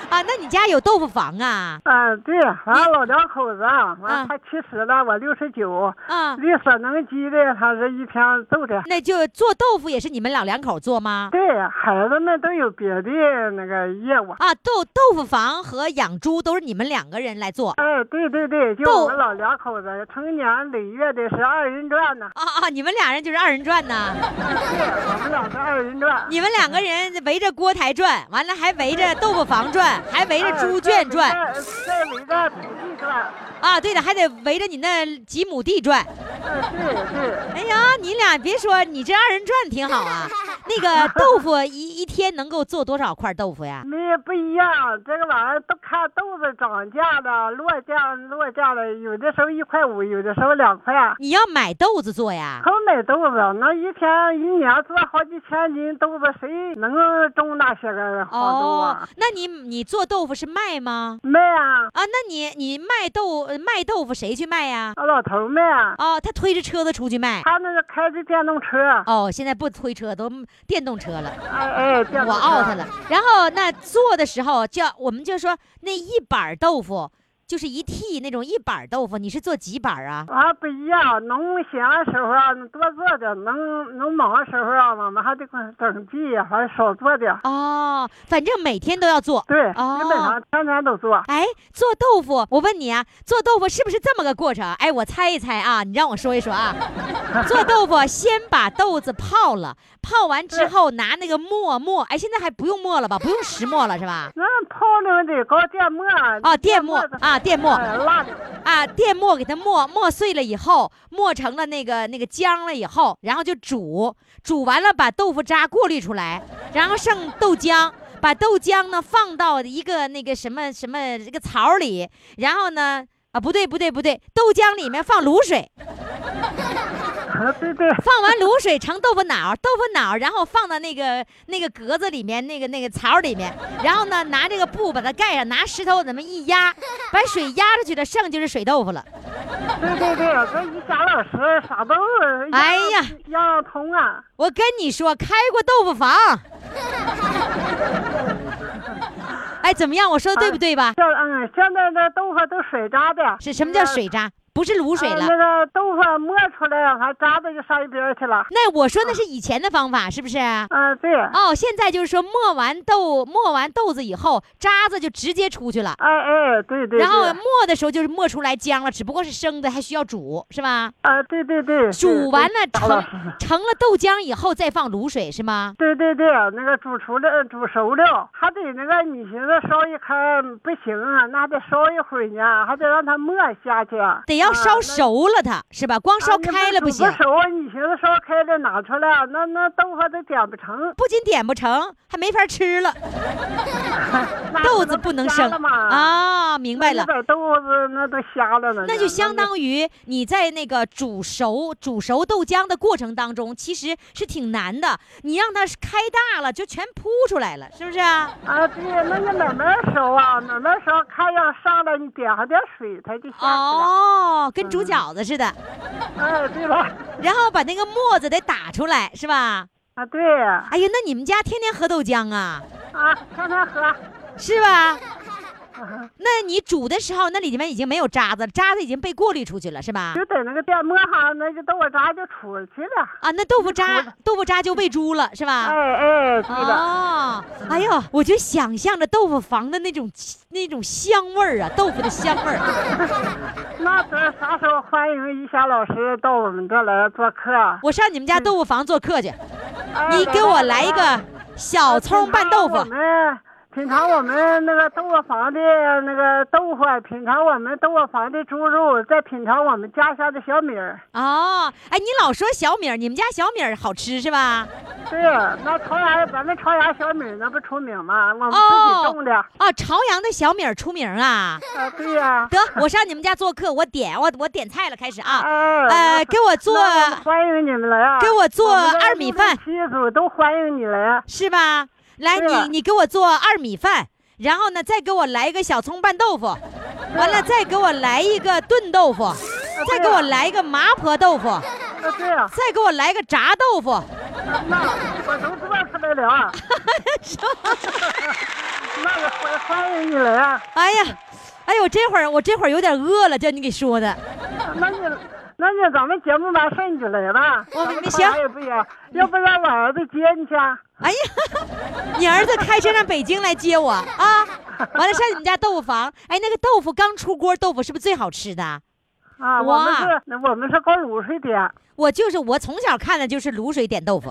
C: 啊，那你家有豆腐房啊？
J: 啊，对，完老两口子啊，完
C: 啊
J: 他七十了，我六十九，
C: 啊，
J: 力所能及的，他是一天揍的。
C: 那就做豆腐也是你们老两口做吗？
J: 对，孩子们都有别的那个业务。
C: 啊，豆豆腐房和养猪都是你们两个人来做啊
J: 哎，对对对，就
C: 豆
J: 我们老两口子，成年累月的是二人转呢。
C: 啊！你们俩人就是二人转呐，
J: 我们俩是二人转。
C: 你们两个人围着锅台转，完了还围着豆腐房转，还围着
J: 哎
C: 猪圈 转
J: 再再围着土地转。
C: 啊！对了，还得围着你那几亩地转。
J: 哎，对对，
C: 哎呀，你俩别说，你这二人转挺好啊。那个豆腐一一天能够做多少块豆腐呀？
J: 没不一样，这个玩意儿都看豆子涨价了，落价落价了，有的时候一块五，有的时候两块。啊
C: 你要买豆子做 呀？
J: 可买豆子，那一天一年做好几千斤豆子，谁能种那些个黄豆
C: 哦
J: 啊？，
C: 那你你做豆腐是卖吗？
H: 嗯
J: 卖啊，
C: 啊，那你你卖豆呃卖豆腐谁去卖呀？
J: 我老头卖啊，
C: 哦，他推着车子出去卖。
J: 他那是开的电动车，
C: 哦，现在不推车，都电动车了，
J: 哎哎，电
C: 我
J: 动车
C: out 了。然后那做的时候叫我们就说那一板儿豆腐就是一屉那种一板儿豆腐，你是做几板儿啊？
J: 啊，不一样，农闲时候啊，多做点；农农忙时候啊，我们还得整地，还少做点。
C: 哦，反正每天都要做。
J: 对，
C: 哦
J: 基本上天天都做。
C: 哎，做豆腐，我问你啊，做豆腐是不是这么个过程？哎，我猜一猜啊，你让我说一说啊。做豆腐先把豆子泡了，泡完之后拿那个磨磨，哎，现在还不用磨了吧？不用石磨了是吧？
J: 那泡那得搞电磨
C: 哦，电磨
J: 的
C: 啊，电磨
J: 哎，辣的。
C: 啊，电磨给它磨磨碎了以后，磨成了那个那个浆了以后，然后就煮，煮完了把豆腐渣过滤出来，然后剩豆浆，把豆浆呢放到一个那个什么什么这个槽里，然后呢。啊，不对，不对，不对，豆浆里面放卤水，
J: 啊，对对，
C: 放完卤水成豆腐脑，豆腐脑，然后放到那个那个格子里面，那个那个槽里面，然后呢，拿这个布把它盖上，拿石头怎么一压，把水压出去了，剩就是水豆腐了。
J: 对对对，这一霞老师啥都样
C: 哎呀
J: 样样通啊。
C: 我跟你说，开过豆腐 房。哎，怎么样？我说的对不对吧？
J: 这嗯，现在这豆腐都水渣的。
C: 是什么叫水渣？不是卤水
J: 呃
C: 了
J: 那。个豆腐磨出来，还渣子就上一边儿去了。
C: 那我说那是以前的方法，是不是？
J: 嗯，对。
C: 哦，现在就是说磨完豆磨完豆子以后，渣子就直接出去了。
J: 哎哎，对对。
C: 然后
J: 对
C: 磨的时候就是磨出来浆了，只不过是生的，还需要煮，是吧？
J: 啊，对对对，
C: 煮完了成
J: 成，对对
C: 成了豆浆以后再放卤水，是吗？
J: 对对对，那个煮熟了，煮熟了，还得那个你寻思烧一开不行啊，那还得烧一会儿呢，还得让它磨下去，
C: 得要烧
J: 啊
C: 熟了它，是吧？光烧
J: 啊你
C: 开了不
J: 煮
C: 行。
J: 不熟，你寻思烧开了拿出来，那那豆腐都点不成，
C: 不仅点不成，还没法吃了，
J: 那
C: 豆子不能
J: 瞎
C: 生
J: 了嘛。
C: 啊！明白了
J: 那，点豆子那都瞎了呢，
C: 那就相当于你在那个煮熟煮熟豆浆的过程当中，其实是挺难的。你让它开大了，就全扑出来了，是不是啊？
J: 啊，对，那你慢慢烧啊，慢慢烧，看要上来你点上点水，它就下去了。
C: 哦，跟煮饺子似的，
J: 哎，对了，
C: 然后把那个沫子得打出来，是吧？
J: 啊对，
C: 哎呀，那你们家天天喝豆浆啊，
J: 啊，天天喝。
C: 是吧？那你煮的时候，那里面已经没有渣子，渣子已经被过滤出去了，是吧？
J: 就在那个电磨哈，那个豆腐渣就出去了。
C: 啊，那豆腐 渣，豆腐渣就喂猪了，是吧？
J: 哎哎，是的，
C: 哦，哎呦，我就想象着豆腐房的那种那种香味儿啊，豆腐的香味儿。
J: 那咱啥时候欢迎一霞老师到我们这儿来做客？
C: 我上你们
J: 嗯
C: 家豆腐房做客去，
J: 哎
C: 你给我来一个小葱拌豆
J: 我
C: 腐。
J: 们品尝我们那个豆腐坊的那个豆腐，品尝我们豆腐坊的猪肉，再品尝我们家乡的小米儿。
C: 哦，哎，你老说小米儿，你们家小米儿好吃是吧？
J: 对，那朝阳咱们朝阳小米儿那不出名吗？我们自己
C: 哦
J: 种的。
C: 啊，朝阳的小米儿出名啊。
J: 啊，对呀、
C: 得，我上你们家做客，我点我我点菜了，开始啊。
J: 哎，
C: 呃，给我做
J: 那我们欢迎你们来啊！
C: 给我做
J: 们的
C: 二米饭
J: 六六七组都欢迎你来。啊
C: 是吧？来，
J: 对了
C: 你你给我做二米饭，然后呢，再给我来一个小葱拌豆腐，完了再给我来一个炖豆腐，再给我来一个麻婆豆腐，
J: 啊，对呀、
C: 再给我来个炸豆腐。
J: 那我都做出来 了啊。那我欢欢迎你来啊！
C: 哎呀，哎呦，这会儿我这会儿有点饿了，叫你给说的。
J: 那你，那你咱们节目完事儿你就来吧。
C: 我
J: 咱们
C: 那
J: 朝阳
C: 行
J: 也不远，要不然我儿子接你去啊。
C: 哎呀， 你儿子开车上北京来接我啊！完了上你们家豆腐房，哎，那个豆腐刚出锅，豆腐是不是最好吃的？
J: 啊，我们
C: 哇
J: 是，我们是搞卤水点，
C: 我就是我从小看的就是卤水点豆腐，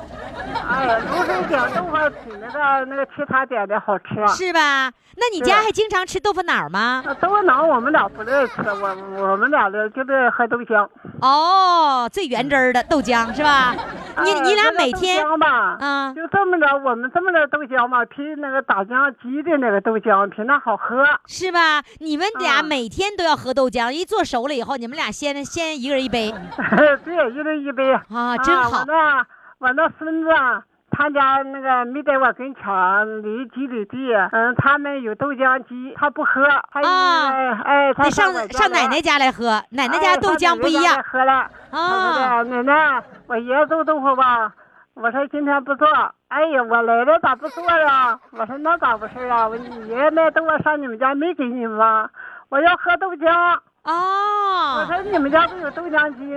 J: 哎，卤水点豆腐比那个那个其他点的好吃。
C: 是吧？那你家还经常吃豆腐脑吗？
J: 啊，都能，我们俩不乐意吃，我我们俩的就是喝豆浆。
C: 哦，最原汁儿的豆浆是 吧？你
J: 哎
C: 你俩
J: 那个
C: 每
J: 豆
C: 天
J: 浆吧，
C: 嗯
J: 就这么着，我们这么着豆浆吧，比那个打浆机的那个豆浆比那好喝。
C: 是吧？你们俩
J: 啊
C: 每天都要喝豆浆，一做熟了以后，你们俩先先一个人一杯
J: 对，一人一杯。
C: 啊，真好
J: 我。那我那孙子啊。他家那个没在我跟前儿，离几里地。嗯，他们有豆浆机，他不喝。他
C: 啊
J: 哎哎，他
C: 得上
J: 我家
C: 上
J: 来
C: 奶奶家来喝，奶奶
J: 哎
C: 家豆
J: 上
C: 浆不
J: 奶奶
C: 一
J: 家
C: 样
J: 来喝了。
C: 啊。
J: 我说奶奶，我爷做豆腐吧。我说今天不做。哎呀，我来了咋不做呀？我说那咋回事啊？我你爷爷卖豆腐上你们家没给你们吗？我要喝豆
C: 啊
J: 浆。我
C: 哦，
J: 说你们家不有豆浆机？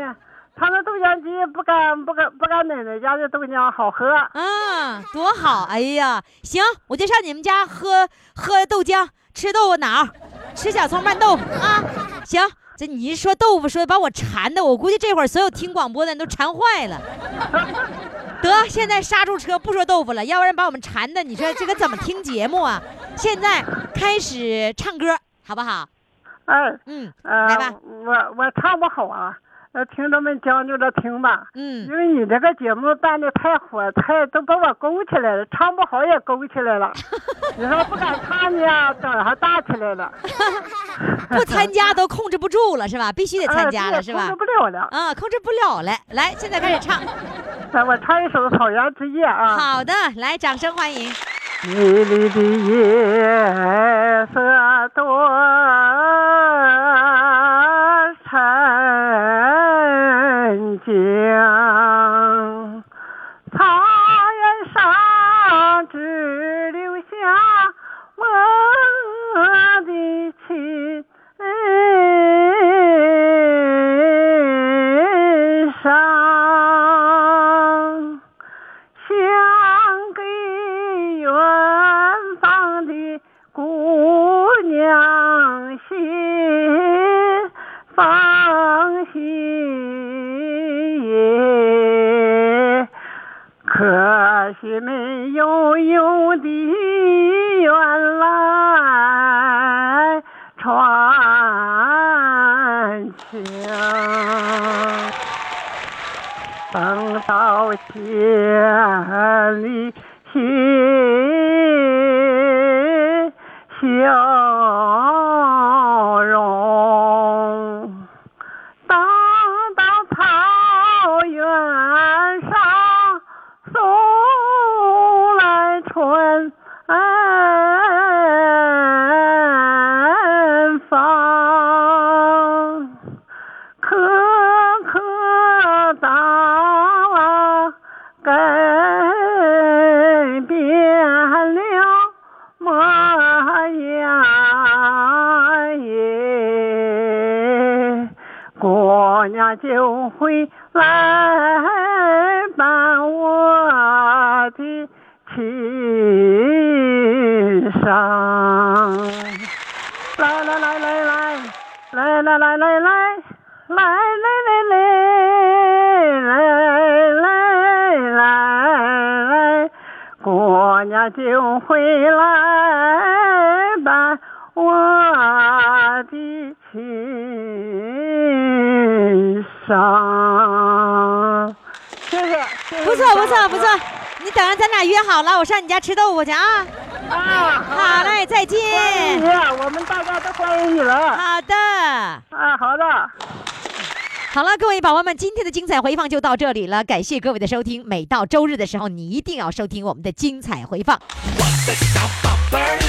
J: 他那豆浆机不干不干不干奶奶家的豆浆好喝。
C: 嗯，多好！哎呀，行，我就上你们家喝喝豆浆，吃豆腐脑，吃小葱拌豆腐啊。行，这你一说豆腐，说把我馋的，我估计这会儿所有听广播的人都馋坏了。得，现在刹住车，不说豆腐了，要不然把我们馋的，你说这个怎么听节目啊？现在开始唱歌，好不好？
J: 哎，
C: 嗯，
J: 呃
C: 来吧，
J: 我我唱不好啊，呃，听众们将就着听吧。
C: 嗯，
J: 因为你这个节目办的太火，太都把我勾起来了，唱不好也勾起 来了。你说不敢唱呢，整还大起来了，
C: 不参加都控制不住了是吧？必须得参加
J: 哎
C: 了
J: 这
C: 是
J: 也
C: 吧
J: 控制？不了 了。
C: 啊，控制不了了。来，现在开始唱。
J: 来，我唱一首《草原之夜》啊。
C: 好的，来，掌声欢迎。
J: 迷离的夜色多沉静，草原上只留下我的琴声。献给远方的姑娘心，放心也。可惜没有有的缘来传情。等到千里寻笑容，荡荡草原上送来春芳。颗颗大改变了模样，
K: 老娘就会来把我的情伤。来来来来来来来来来来来来来来来来来，姑娘就会来把我的情伤。谢谢，谢谢
C: 不错不错不错，你等着咱俩约好了，我上你家吃豆腐去啊！
K: 啊！
C: 好嘞，再
K: 欢迎
C: 见。
K: 你，我们大家都欢迎你了。
C: 好的，
K: 啊，好的。
C: 好了，各位宝宝们，今天的精彩回放就到这里了，感谢各位的收听。每到周日的时候，你一定要收听我们的精彩回放。
E: 小宝贝儿，